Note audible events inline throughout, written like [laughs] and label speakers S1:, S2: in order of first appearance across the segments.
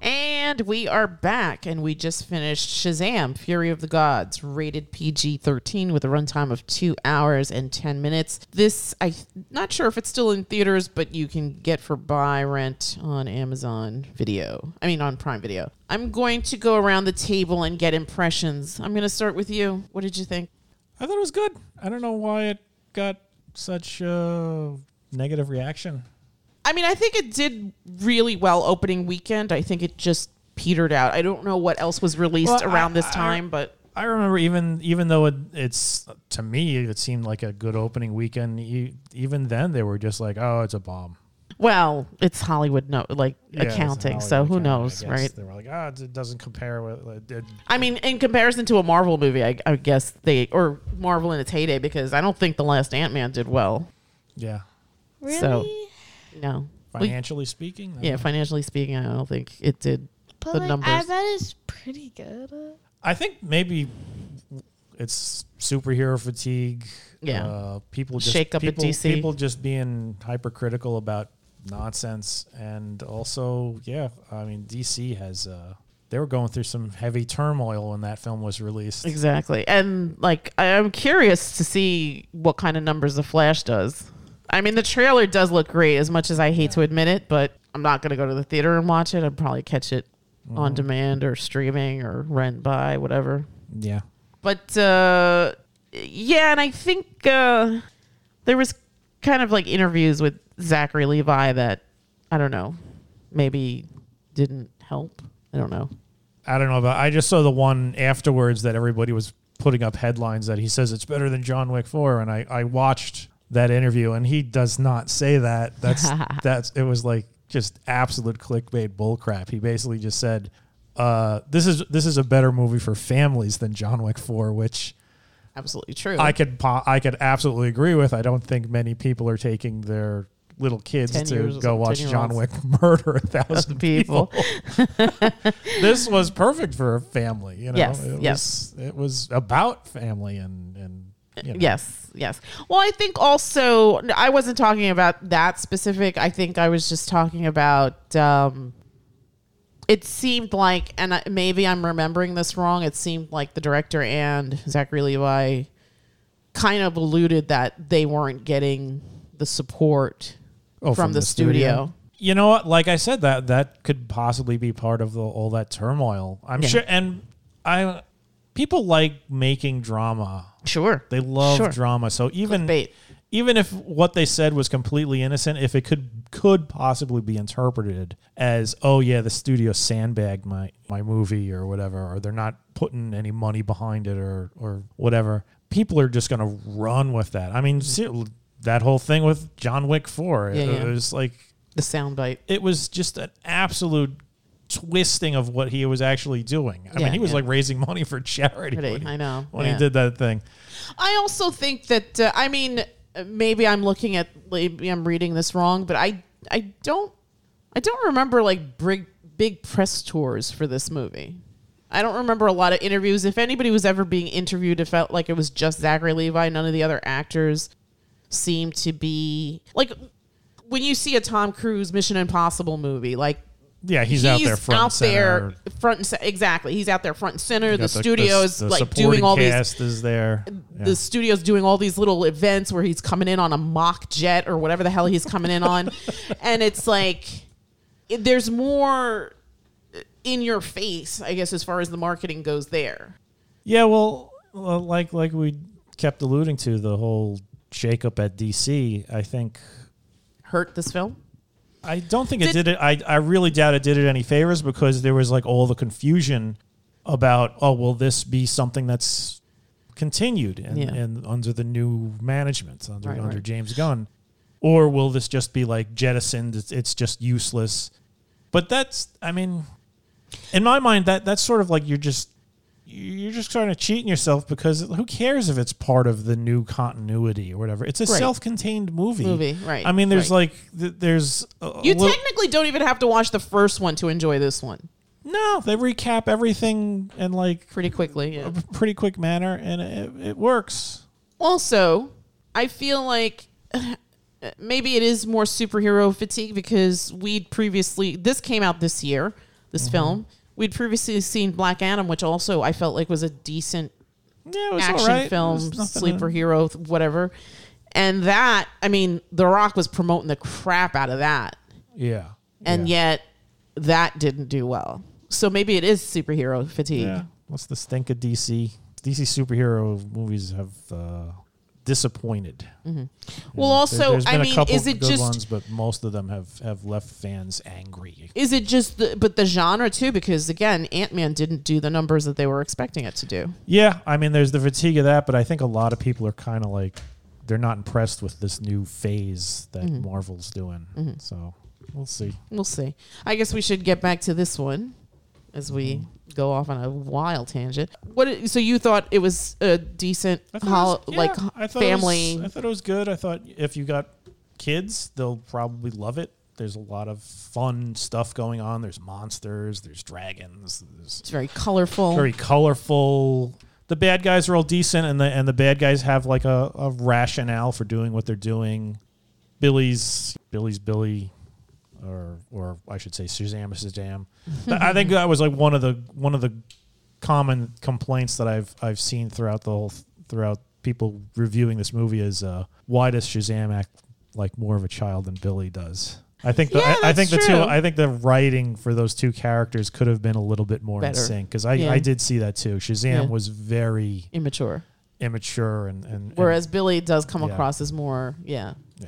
S1: And we are back, and we just finished Shazam Fury of the Gods, rated PG 13 with a runtime of two hours and 10 minutes. This, I'm not sure if it's still in theaters, but you can get for buy rent on Amazon Video. I mean, on Prime Video. I'm going to go around the table and get impressions. I'm going to start with you. What did you think?
S2: I thought it was good. I don't know why it got such a negative reaction.
S1: I mean, I think it did really well opening weekend. I think it just petered out. I don't know what else was released
S2: Well, I-
S1: around this
S2: I-
S1: time, but
S2: I remember even even though it, it's to me it seemed like a good opening weekend. e- Even then, they were just like, "Oh, it's a bomb."
S1: well, it's Hollywood, no, like
S2: Yeah, it was
S1: accounting.
S2: an
S1: So
S2: Hollywood
S1: who
S2: accounting, I
S1: knows,
S2: guess.
S1: right?
S2: They were like, "Ah, it doesn't compare with." like, It,
S1: I mean, in comparison to a Marvel movie, I, I guess they or Marvel in its heyday because I don't think the last Ant Man did well.
S2: yeah,
S3: Really?
S1: So- No, Well,
S2: financially speaking, I
S1: yeah,
S2: don't know.
S1: financially speaking, I don't think it did
S3: but
S1: the
S3: like, I
S1: numbers.
S3: bet it's pretty good.
S2: I think maybe it's superhero fatigue.
S1: Yeah.
S2: uh, people just
S1: Shake up at
S2: people,
S1: DC.
S2: People just being hypercritical about nonsense, and also, yeah, I mean, DC has uh, they were going through some heavy turmoil when that film was released.
S1: Exactly. And like I- I'm curious to see what kind of numbers the Flash does. I mean the trailer does look great as much as I hate to admit it, but I'm not going to go to the theater and watch it. I'd probably catch it
S2: Mm-hmm.
S1: on demand or streaming or rent by whatever.
S2: Yeah,
S1: But uh yeah, and I think uh there was kind of like interviews with Zachary Levi that I don't know, maybe didn't help. I don't know.
S2: I don't know about. I just saw the one afterwards that everybody was putting up headlines that he says it's better than John Wick Four, and I I watched that interview, and he does not say that. That's that's it was like just absolute clickbait bullcrap. He basically just said, uh, "This is this is a better movie for families than John Wick Four, which
S1: Absolutely true.
S2: I could po- I could absolutely agree with. I don't think many people are taking their little kids
S1: 10 years
S2: to
S1: old,
S2: go watch John
S1: 10-year-olds.
S2: Wick [laughs] murder a
S1: [laughs]
S2: thousand
S1: people.
S2: people. [laughs] this was perfect for a family. You know,
S1: Yes,
S2: it
S1: yes. Uh,
S2: was it was about family and and you know.
S1: Yes, yes. Well, I think also I wasn't talking about that specific. I think I was just talking about. Um, it seemed like, and I- maybe I'm remembering this wrong. It seemed like the director and Zachary Levi kind of alluded that they weren't getting the support
S2: Oh,
S1: from, the, studio.
S2: You know what? Like I said, that that could possibly be part of the, all that turmoil. I'm
S1: Yeah.
S2: sure, and I people like making drama.
S1: Sure,
S2: They love
S1: Sure.
S2: drama. So even
S1: Clickbait.
S2: even if what they said was completely innocent, if it could could possibly be interpreted as, oh yeah, the studio sandbagged my my movie or whatever, or they're not putting any money behind it or or whatever, people are just gonna run with that. I mean, see, that whole thing with John Wick Four, it-
S1: Mm-hmm. Yeah, yeah.
S2: it was like
S1: the soundbite.
S2: it was just an absolute twisting of what he was actually doing. I
S1: Yeah,
S2: mean, he was
S1: yeah.
S2: like raising money for charity.
S1: Pretty,
S2: when he-
S1: I know,
S2: when
S1: yeah.
S2: he did that thing.
S1: I also think that uh, I mean uh, maybe I'm looking at maybe I'm reading this wrong, but I I don't I don't remember like big big press tours for this movie. I don't remember a lot of interviews. If anybody was ever being interviewed, it felt like it was just Zachary Levi. None of the other actors seemed to be like when you see a Tom Cruise Mission Impossible movie, like
S2: Yeah, he's, out there front
S1: out
S2: and center.
S1: there front and ce- exactly. He's out there front and center.
S2: You
S1: The,
S2: got
S1: studio is
S2: the
S1: like
S2: supporting
S1: doing all these
S2: cast is there. Yeah.
S1: the studio's doing all these little events where he's coming in on a mock jet or whatever the hell he's coming in
S2: [laughs]
S1: on. And it's like, it- there's more in your face, I guess, as far as the marketing goes there.
S2: Yeah, well, well, like like we kept alluding to the whole shakeup at DC. I think
S1: Hurt this film?
S2: I don't think it
S1: Did-
S2: did it. I, I really doubt it did it any favors because there was like all the confusion about oh will this be something that's continued and,
S1: Yeah.
S2: and under the new management under
S1: Right,
S2: under
S1: right.
S2: James Gunn or will this just be like jettisoned it's, it's just useless but that's I mean in my mind that that's sort of like you're just you're just kind of cheating yourself because who cares if it's part of the new continuity or whatever it's a
S1: Right.
S2: self-contained movie
S1: Movie, right,
S2: I mean there's
S1: right.
S2: like th- there's a- a
S1: You
S2: little-
S1: technically don't even have to watch the first one to enjoy this one
S2: no, they recap everything in like
S1: pretty quickly. Yeah.
S2: a pretty quick manner, and it, it works.
S1: Also, I feel like [sighs] maybe it is more superhero fatigue because we previously this came out this year. this
S2: Mm-hmm.
S1: film. We'd previously seen Black Adam, which also I felt like was a decent
S2: Yeah, it was
S1: action
S2: all right.
S1: film,
S2: It was nothing
S1: sleeper
S2: to-
S1: hero, th- whatever. And that, I mean, The Rock was promoting the crap out of that,
S2: Yeah.
S1: and yet that didn't do well. So maybe it is superhero fatigue.
S2: Yeah. What's the stink of DC? DC superhero movies have uh, disappointed.
S1: Mm-hmm. Well,
S2: There-
S1: also,
S2: there's
S1: I
S2: been a
S1: mean,
S2: couple
S1: is it
S2: good
S1: just
S2: ones, but most of them have have left fans angry.
S1: is it just the but the genre too? Because again, Ant Man didn't do the numbers that they were expecting it to do.
S2: Yeah, I mean, there's the fatigue of that, but I think a lot of people are kind of like they're not impressed with this new phase that
S1: Mm-hmm.
S2: Marvel's doing. So we'll see.
S1: We'll see. I guess we should get back to this one as we go off on a wild tangent. What? i- So you thought it was a decent, hol- like family?
S2: I thought it was good. I thought if you got kids, they'll probably love it. There's a lot of fun stuff going on. There's monsters. There's dragons. There's
S1: it's very colorful.
S2: very colorful. The bad guys are all decent, and the and the bad guys have like a, a rationale for doing what they're doing. Billy's Billy's Billy, or or I should say Shazam is Shazam. But
S1: [laughs]
S2: I think that was like one of the one of the common complaints that I've I've seen throughout the whole throughout people reviewing this movie is uh, why does Shazam act like more of a child than Billy does? I think the,
S1: Yeah,
S2: I, I think
S1: that's
S2: the two
S1: true.
S2: I think the writing for those two characters could have been a little bit more in
S1: Better.
S2: sync because I,
S1: Yeah.
S2: I did see that too. Shazam
S1: Yeah.
S2: was very
S1: immature.
S2: immature and, and, and-
S1: Whereas Billy does come
S2: Yeah.
S1: across as more, yeah,
S2: yeah.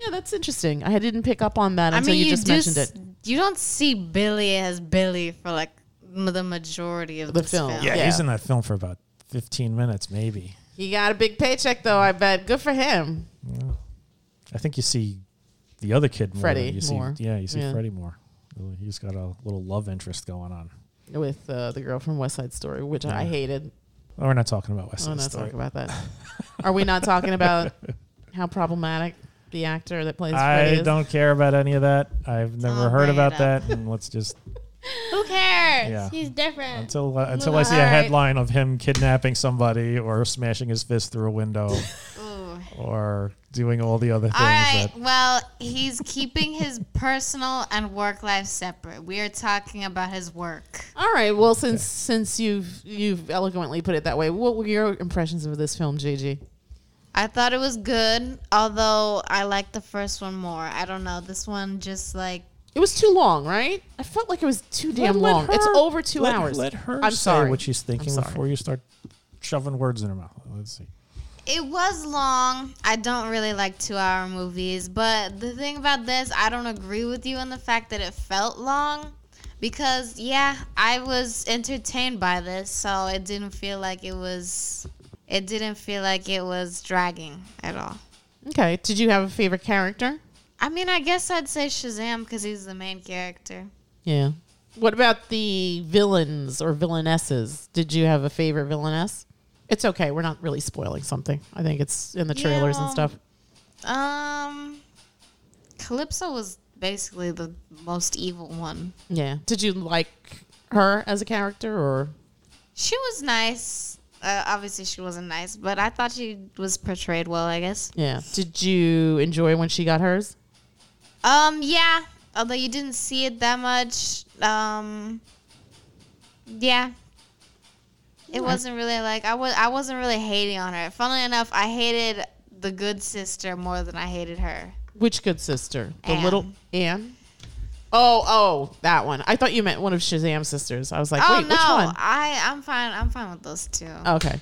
S1: yeah. That's interesting. I didn't pick up on that until you, just
S3: do
S1: mentioned
S3: s-
S1: it.
S3: You don't see Billy as Billy for like m- the majority of
S1: The
S3: this
S1: film.
S3: film.
S2: yeah,
S1: Yeah.
S2: he's in that film for about fifteen minutes maybe.
S1: He got a big paycheck though. I bet. Good for him.
S2: I think you see the other kid more. than
S1: Freddy
S2: you see,
S1: more.
S2: Yeah, you see
S1: Yeah.
S2: Freddie more. He's got a little love interest going on.
S1: With uh, the girl from West Side Story, which I
S2: Yeah.
S1: hated.
S2: Oh, we're not talking about West
S1: I'm
S2: Side
S1: not
S2: Story.
S1: talking about that.
S2: [laughs]
S1: Are we not talking about how problematic the actor that plays Freddy
S2: I
S1: is?
S2: don't care about any of that. I've never
S3: I'll
S2: heard
S3: bring it
S2: about
S3: up.
S2: that. And let's just
S4: Who cares?
S2: Yeah.
S4: He's different.
S1: [laughs]
S2: until uh, until I
S4: Well,
S2: see a
S4: all right.
S2: headline of him kidnapping somebody or smashing his fist through
S1: [laughs]
S2: a window
S3: Ooh.
S2: or doing all the other things.
S3: All right.
S2: that,
S3: Well, he's keeping his personal and work life separate. We are talking about his work.
S1: All right. Well, since since you've you've eloquently put it that way, what were your impressions of this film, Gigi?
S3: I thought it was good, although I liked the first one more. I don't know. This one just like
S1: It was too long, right? I felt like it was too damn
S2: Let
S1: long. it's
S2: her-
S1: over two
S2: let-
S1: hours.
S2: Let her
S1: I'm
S2: say
S1: sorry.
S2: what she's thinking
S1: sorry.
S2: before you start shoving words in her mouth. Let's see.
S3: it was long. I don't really like two hour movies, but the thing about this, I don't agree with you on the fact that it felt long because, yeah, I was entertained by this, so it didn't feel like it was. It didn't feel like it was dragging at all.
S1: Okay. Did you have a favorite character?
S3: I mean, I guess I'd say Shazam because he's the main character.
S1: Yeah. What about the villains or villainesses? Did you have a favorite villainess? It's okay. We're not really spoiling something. I think it's in the
S3: Yeah,
S1: trailers and
S3: well,
S1: stuff.
S3: Um, Calypso was basically the most evil one.
S1: Yeah. Did you like her as a character or
S3: She was nice. Uh, obviously, she wasn't nice, but I thought she was portrayed well. I guess.
S1: yeah? Did you enjoy when she got hers?
S3: Um, yeah. Although you didn't see it that much. Um, yeah. It wasn't really like I was. I wasn't really hating on her. Funnily enough, I hated the good sister more than I hated her.
S1: Which good sister? The
S3: Anne.
S1: little Anne. Oh, oh, that one. I thought you meant one of Shazam's sisters. I was like,
S3: oh
S1: wait,
S3: no,
S1: which one? Oh.
S3: I I'm fine. I'm fine with those two.
S1: Okay.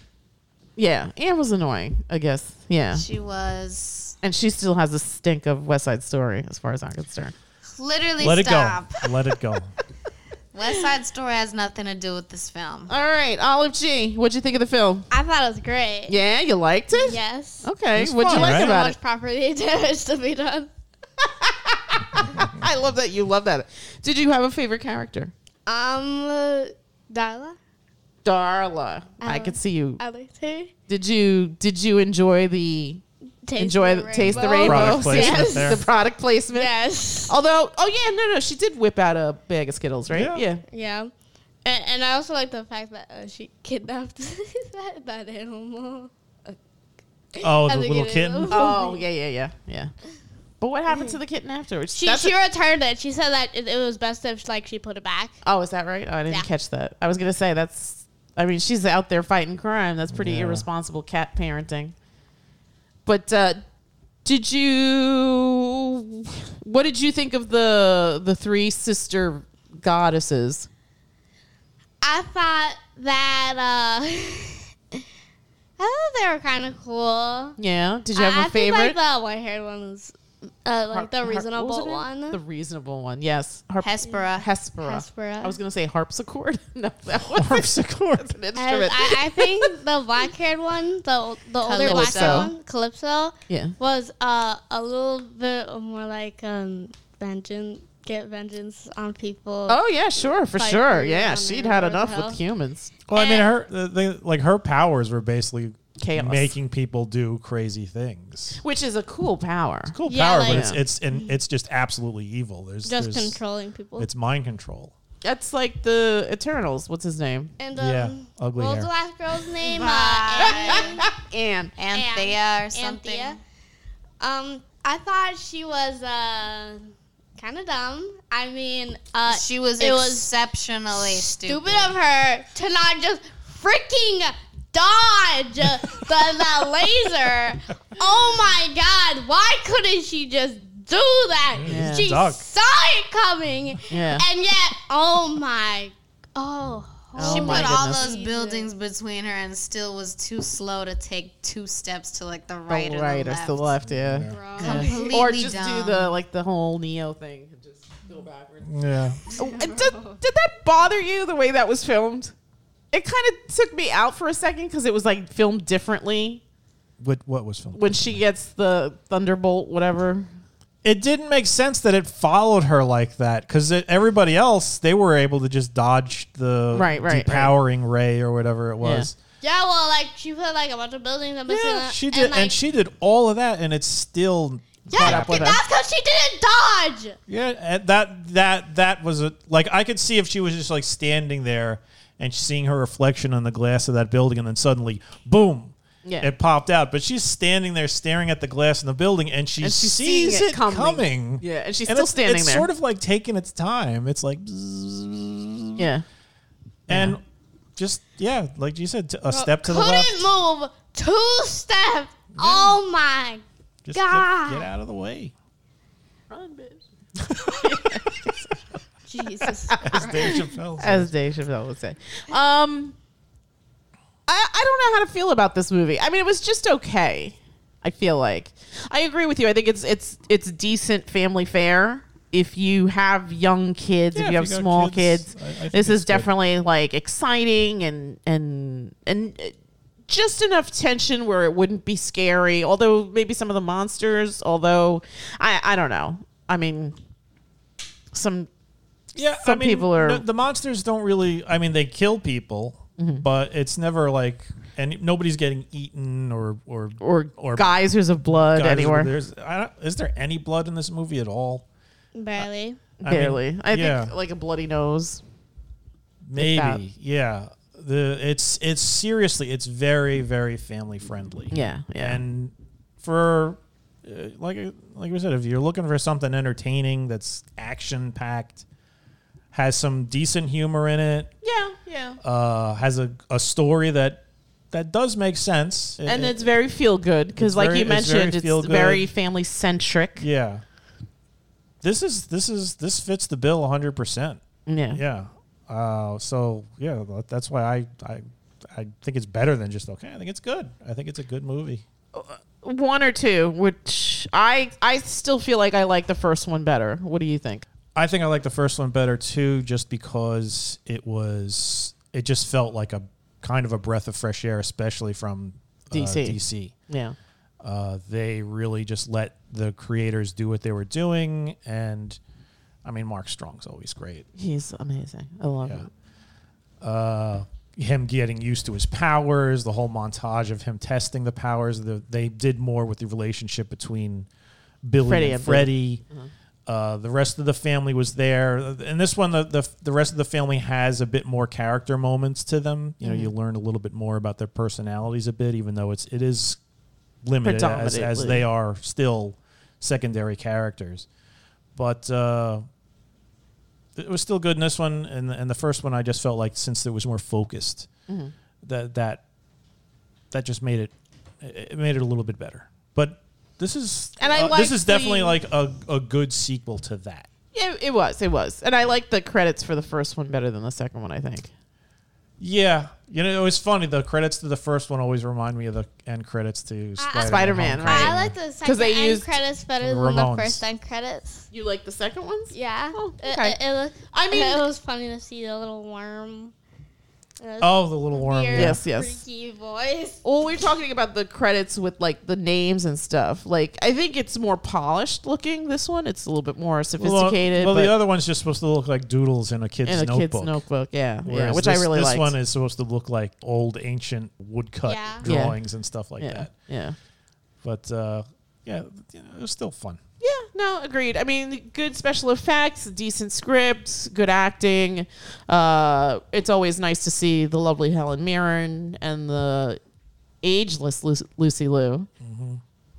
S1: Yeah, Anne was annoying. I guess. Yeah,
S3: She was
S1: and she still has a stink of West Side Story, as far as I'm concerned.
S3: literally
S2: Let
S3: stop.
S2: it go. Let it
S4: [laughs]
S2: go.
S3: West Side Story has nothing to do with this film.
S1: All right, Olive G, what'd you think of the film?
S4: I thought it was great.
S1: Yeah, you liked it.
S4: Yes.
S1: Okay,
S2: It's
S1: what'd you
S2: fun,
S1: like
S2: right?
S4: So
S1: about
S4: much
S1: it?
S4: property damage to be done.
S1: [laughs] I love that you love that. Did you have a favorite character?
S4: Um, uh, Darla,
S1: Darla, I could see you.
S4: I liked her.
S1: Did you did you enjoy the enjoy the, taste the rainbow?
S2: Product placement
S1: Yes.
S2: there.
S1: The product placement.
S4: [laughs] Yes.
S1: Although, oh yeah, no, no, she did whip out a bag of Skittles, right?
S2: Yeah.
S4: Yeah. And, and I also like the fact that uh, she kidnapped [laughs] that, that
S2: Oh,
S4: animal.
S2: the
S4: At the
S2: Oh, little
S4: beginning. [laughs]
S2: kitten. [laughs]
S1: Oh yeah, yeah, yeah, yeah. But what happened to the kitten afterwards?
S4: She
S1: That's
S4: she
S1: a-
S4: returned it. She said that it, it was best if like she put it back.
S1: oh, is that right? Oh, I didn't
S4: Yeah.
S1: catch that. I was gonna say that's. I mean, she's out there fighting crime. That's pretty
S2: Yeah.
S1: irresponsible cat parenting. But uh, did you? What did you think of the the three sister goddesses?
S4: I thought that uh [laughs] I thought they were kind of cool.
S1: Yeah. Did you have
S4: I-
S1: a favorite?
S4: I think, like the white-haired one was
S1: Har-
S4: uh, like the
S1: har- what was
S4: reasonable
S1: it?
S4: one.
S1: The reasonable one. Yes. Harp-
S3: Hespera.
S1: Hespera.
S4: Hespera.
S1: I was going to say harpsichord. [laughs] no,
S4: [laughs]
S1: that was
S2: harpsichord.
S1: an
S4: I,
S1: instrument. [laughs]
S4: I, I think the black-haired one, the the older
S1: Calypso.
S4: black-haired one, Calypso,
S1: yeah.
S4: was uh, a little bit more like um, vengeance, get vengeance on people.
S1: Oh yeah, sure, for
S4: Fight
S1: sure.
S4: for
S1: Yeah,
S4: your
S1: she'd
S4: honor,
S1: had
S4: what the
S1: enough
S4: hell?
S1: with humans.
S2: Well, I mean, her the, the, like her powers were basically
S1: Chaos.
S2: making people do crazy things.
S1: Which is a cool power.
S2: Cool
S4: Yeah,
S2: power,
S4: like-
S2: but it's it's and it's just absolutely evil. There's
S4: Just
S2: there's-
S4: controlling people.
S2: It's mind control.
S1: That's like the Eternals. What's his name?
S4: And um,
S2: Yeah, ugly
S4: what was
S2: hair.
S4: the last girl's name?
S3: Bye.
S1: [laughs]
S4: Uh, Annie.
S1: [laughs] And
S3: Anthea or something.
S4: Anthea. Um, I thought she was uh kind of dumb. I mean, uh,
S3: She was
S4: It was
S3: exceptionally
S4: stupid.
S3: stupid.
S4: of her to not just freaking dodge the,
S1: [laughs]
S4: the laser. Oh my god, why couldn't she just do that?
S1: Yeah.
S4: She
S2: Duck.
S4: saw it coming.
S1: Yeah.
S4: And yet, oh my, oh.
S1: Oh
S3: she
S1: my
S3: put all
S1: goodness.
S3: those buildings between her and still was too slow to take two steps to like the right,
S1: the
S3: or
S1: right
S3: the
S1: or
S3: left.
S1: the left, yeah.
S4: Wrong.
S1: Yeah.
S3: Completely
S1: Or just
S3: dumb.
S1: do the like the whole Neo thing. Just go backwards.
S2: Yeah.
S1: [laughs] Oh, and did, did that bother you the way that was filmed? It kind of took me out for a second because it was like filmed differently
S2: What what was filmed?
S1: when she gets the thunderbolt, whatever.
S2: It didn't make sense that it followed her like that because everybody else they were able to just dodge the
S1: Right, right, right.
S2: depowering ray or whatever it was.
S4: Yeah, well, like she put like a bunch of buildings up
S2: Yeah,
S4: between her,
S2: she did, and,
S4: like,
S2: she did all of that, and it's still
S4: Yeah,
S1: up with us.
S4: that's because she didn't dodge.
S2: Yeah, and that that that was a like I could see if she was just like standing there and seeing her reflection on the glass of that building, and then suddenly, boom,
S1: Yeah.
S2: it popped out. But she's standing there staring at the glass in the building, and she
S1: And she's seeing
S2: sees
S1: it
S2: it
S1: coming.
S2: coming.
S1: Yeah, and she's
S2: And
S1: still
S2: it's-
S1: standing
S2: it's
S1: there.
S2: sort of like taking its time. It's like, and
S1: Yeah.
S2: just yeah, like you said, t- a step to the
S4: Couldn't
S2: left.
S4: move. Two step. Oh my.
S2: Just get,
S4: God.
S2: get out of
S1: [laughs]
S2: the way. [laughs]
S4: Jesus.
S2: As Dave Chappelle said.
S1: As Dave Chappelle would say. Um, I, I don't know how to feel about this movie. I mean, it was just okay. I feel like I agree with you. I think it's it's it's decent family fare. If you have young kids,
S2: Yeah,
S1: if you have
S2: if you got
S1: small kids,
S2: kids, I- I think
S1: this is
S2: it's good.
S1: definitely like exciting and and and uh, just enough tension where it wouldn't be scary. Although maybe some of the monsters. Although I I don't know. I mean, some
S2: Yeah,
S1: Some
S2: I mean,
S1: people are- Mm-hmm.
S2: no- the monsters don't really. I mean, they kill people, but it's never like and nobody's getting eaten or or
S1: or,
S2: Or
S1: geysers of blood
S2: guys-
S1: anywhere.
S2: There's I don't, is there any blood in this movie at all?
S4: Barely.
S2: I mean,
S1: [laughs] Barely. I,
S2: yeah.
S1: think like a bloody nose.
S2: maybe
S1: that.
S2: yeah. The it's it's seriously it's very very family friendly.
S1: Yeah, yeah.
S2: and for uh, like like we said, if you're looking for something entertaining that's action packed, has some decent humor in it.
S1: yeah, yeah.
S2: uh, has a, a story that that does make sense. It-
S1: and
S2: it-
S1: it's very feel good because,
S2: it's
S1: like
S2: very-
S1: you
S2: it's very
S1: mentioned, it's very,
S2: feel-good.
S1: family centric. Yeah.
S2: yeah. This is this is this fits the bill 100. percent
S1: yeah,
S2: Yeah. Uh, so yeah, tha- that's why I, I I think it's better than just okay. I think it's good. I think it's a good movie.
S1: one or two. Which I I still feel like I like the first one better. What do you think?
S2: I think I like the first one better too, just because it was it just felt like a kind of a breath of fresh air, especially from uh,
S1: DC.
S2: DC.
S1: Yeah,
S2: Uh, they really just let the creators do what they were doing, and I mean, Mark Strong's always great.
S1: he's amazing. I love
S2: Yeah.
S1: him.
S2: Uh, him getting used to his powers, the whole montage of him testing the powers. The, they did more with the relationship between Billy
S1: Freddy
S2: and
S1: and
S2: Freddie. Uh, the rest of the family was there, and this one, the, the the rest of the family has a bit more character moments to them. You know, you learn a little bit more about their personalities a bit, even though it's it is limited as, as
S1: Predominantly.
S2: they are still secondary characters. But uh, it was still good in this one, and and the first one I just felt like since it was more focused,
S1: Mm-hmm.
S2: that that that just made it it it made it a little bit better. But this is
S1: And I
S2: uh,
S1: liked
S2: this is definitely
S1: the-
S2: like a a good sequel to that.
S1: Yeah, it was. It was. And I like the credits for the first one better than the second one, I think.
S2: Yeah, you know it was funny. The credits to the first one always remind me of the end credits to Spider-Man.
S1: Ah, Spider-Man,
S2: Homecoming.
S4: I like the second
S1: they
S4: end
S1: used
S4: credits better
S2: the
S4: than the
S2: Ramones.
S4: first end credits.
S1: You like the second ones?
S4: Yeah.
S1: Oh,
S4: It-
S1: okay.
S4: it- it was-
S1: I mean-
S4: it was funny to see the little worm.
S2: Oh, the little worm.
S4: Weird,
S2: yeah.
S1: Yes, yes.
S4: Freaky voice.
S1: Well, we're talking about the credits with like the names and stuff. Like, I think it's more polished looking. This one, it's a little bit more sophisticated.
S2: Well,
S1: but
S2: the other one's just supposed to look like doodles in a kid's
S1: in a
S2: notebook.
S1: kid's notebook, yeah, yeah,
S2: whereas
S1: which
S2: this,
S1: I really
S2: This
S1: like.
S2: one is supposed to look like old ancient woodcut
S4: Yeah. Yeah.
S2: drawings and stuff like
S1: yeah,
S2: that.
S1: yeah,
S2: But uh, yeah, you know, it was still fun.
S1: yeah. No, agreed. I mean, good special effects, decent scripts, good acting. Uh, it's always nice to see the lovely Helen Mirren and the ageless Lu- Lucy Liu. Mm-hmm.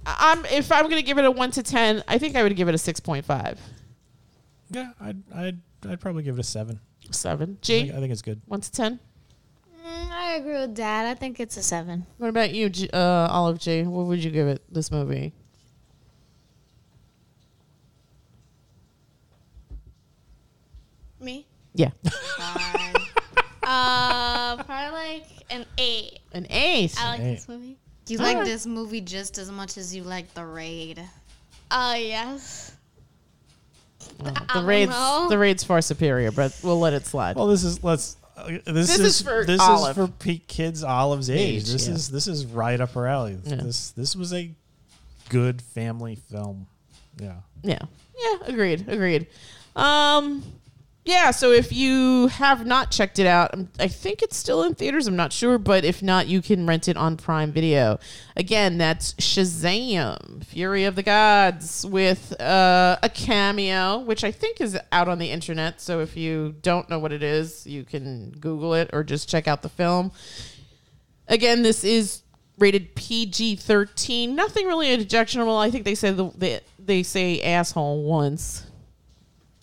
S1: I- I'm if I'm gonna give it a one to ten, I think I would give it a six point five.
S2: Yeah, I'd I'd, I'd probably give it a seven.
S1: Seven.
S2: I
S1: G.
S2: think, I think it's good.
S1: One to ten.
S3: Mm, I agree with Dad. I think it's a seven.
S1: What about you, G- uh, Olive G? What would you give it this movie?
S4: Me.
S1: Yeah,
S4: Uh, probably like an eight.
S1: an eight.
S4: I like
S2: Eight.
S4: this movie.
S3: You
S1: All
S3: like
S1: right.
S3: this movie just as much as you like The Raid.
S4: Uh, yes.
S1: Well,
S4: I
S1: the
S4: don't
S1: raid's
S4: know.
S1: the raid's far superior, but we'll let it slide.
S2: Well, this is let's. Uh, this,
S1: This
S2: is,
S1: is for
S2: this
S1: Olive.
S2: is for pe- kids Olive's age.
S1: Age,
S2: This
S1: yeah.
S2: is this is right up her alley.
S1: Yeah.
S2: This this was a good family film. Yeah.
S1: yeah, yeah, agreed, agreed. Um, yeah. So if you have not checked it out, I'm- I think it's still in theaters. I'm not sure, but if not, you can rent it on Prime Video. Again, that's Shazam: Fury of the Gods with uh, a cameo, which I think is out on the internet. So if you don't know what it is, you can Google it or just check out the film. Again, this is rated PG thirteen. Nothing really objectionable. I think they say the, they they say asshole once,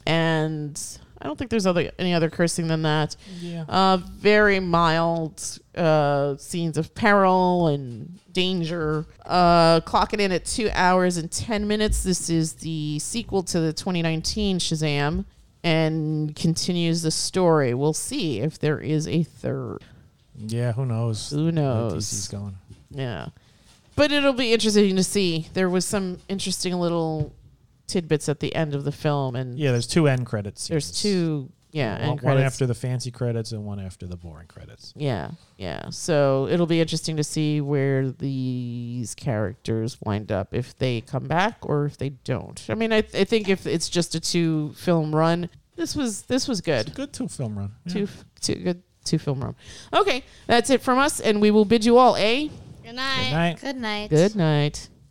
S1: and I don't think there's other any other cursing than that.
S2: Yeah.
S1: Uh, very mild uh, scenes of peril and danger. Uh, clocking in at two hours and 10 minutes. This is the sequel to the 2019 Shazam and continues the story. We'll see if there is a third.
S2: Yeah. Who knows?
S1: Who knows?
S2: DC's going.
S1: Yeah. But it'll be interesting to see. There was some interesting little tidbits at the end of the film, and
S2: Yeah. There's two end credits.
S1: there's two, yeah,
S2: one,
S1: end
S2: one
S1: credits.
S2: after the fancy credits and one after the boring credits.
S1: Yeah, yeah. So it'll be interesting to see where these characters wind up if they come back or if they don't. I mean, I, th- I think if it's just a two film run, this was this was good.
S2: Good two film run. Yeah.
S1: Two f- two good two film run. Okay, that's it from us, and we will bid you all a
S4: Good night.
S2: Good night.
S3: Good night.
S1: good night.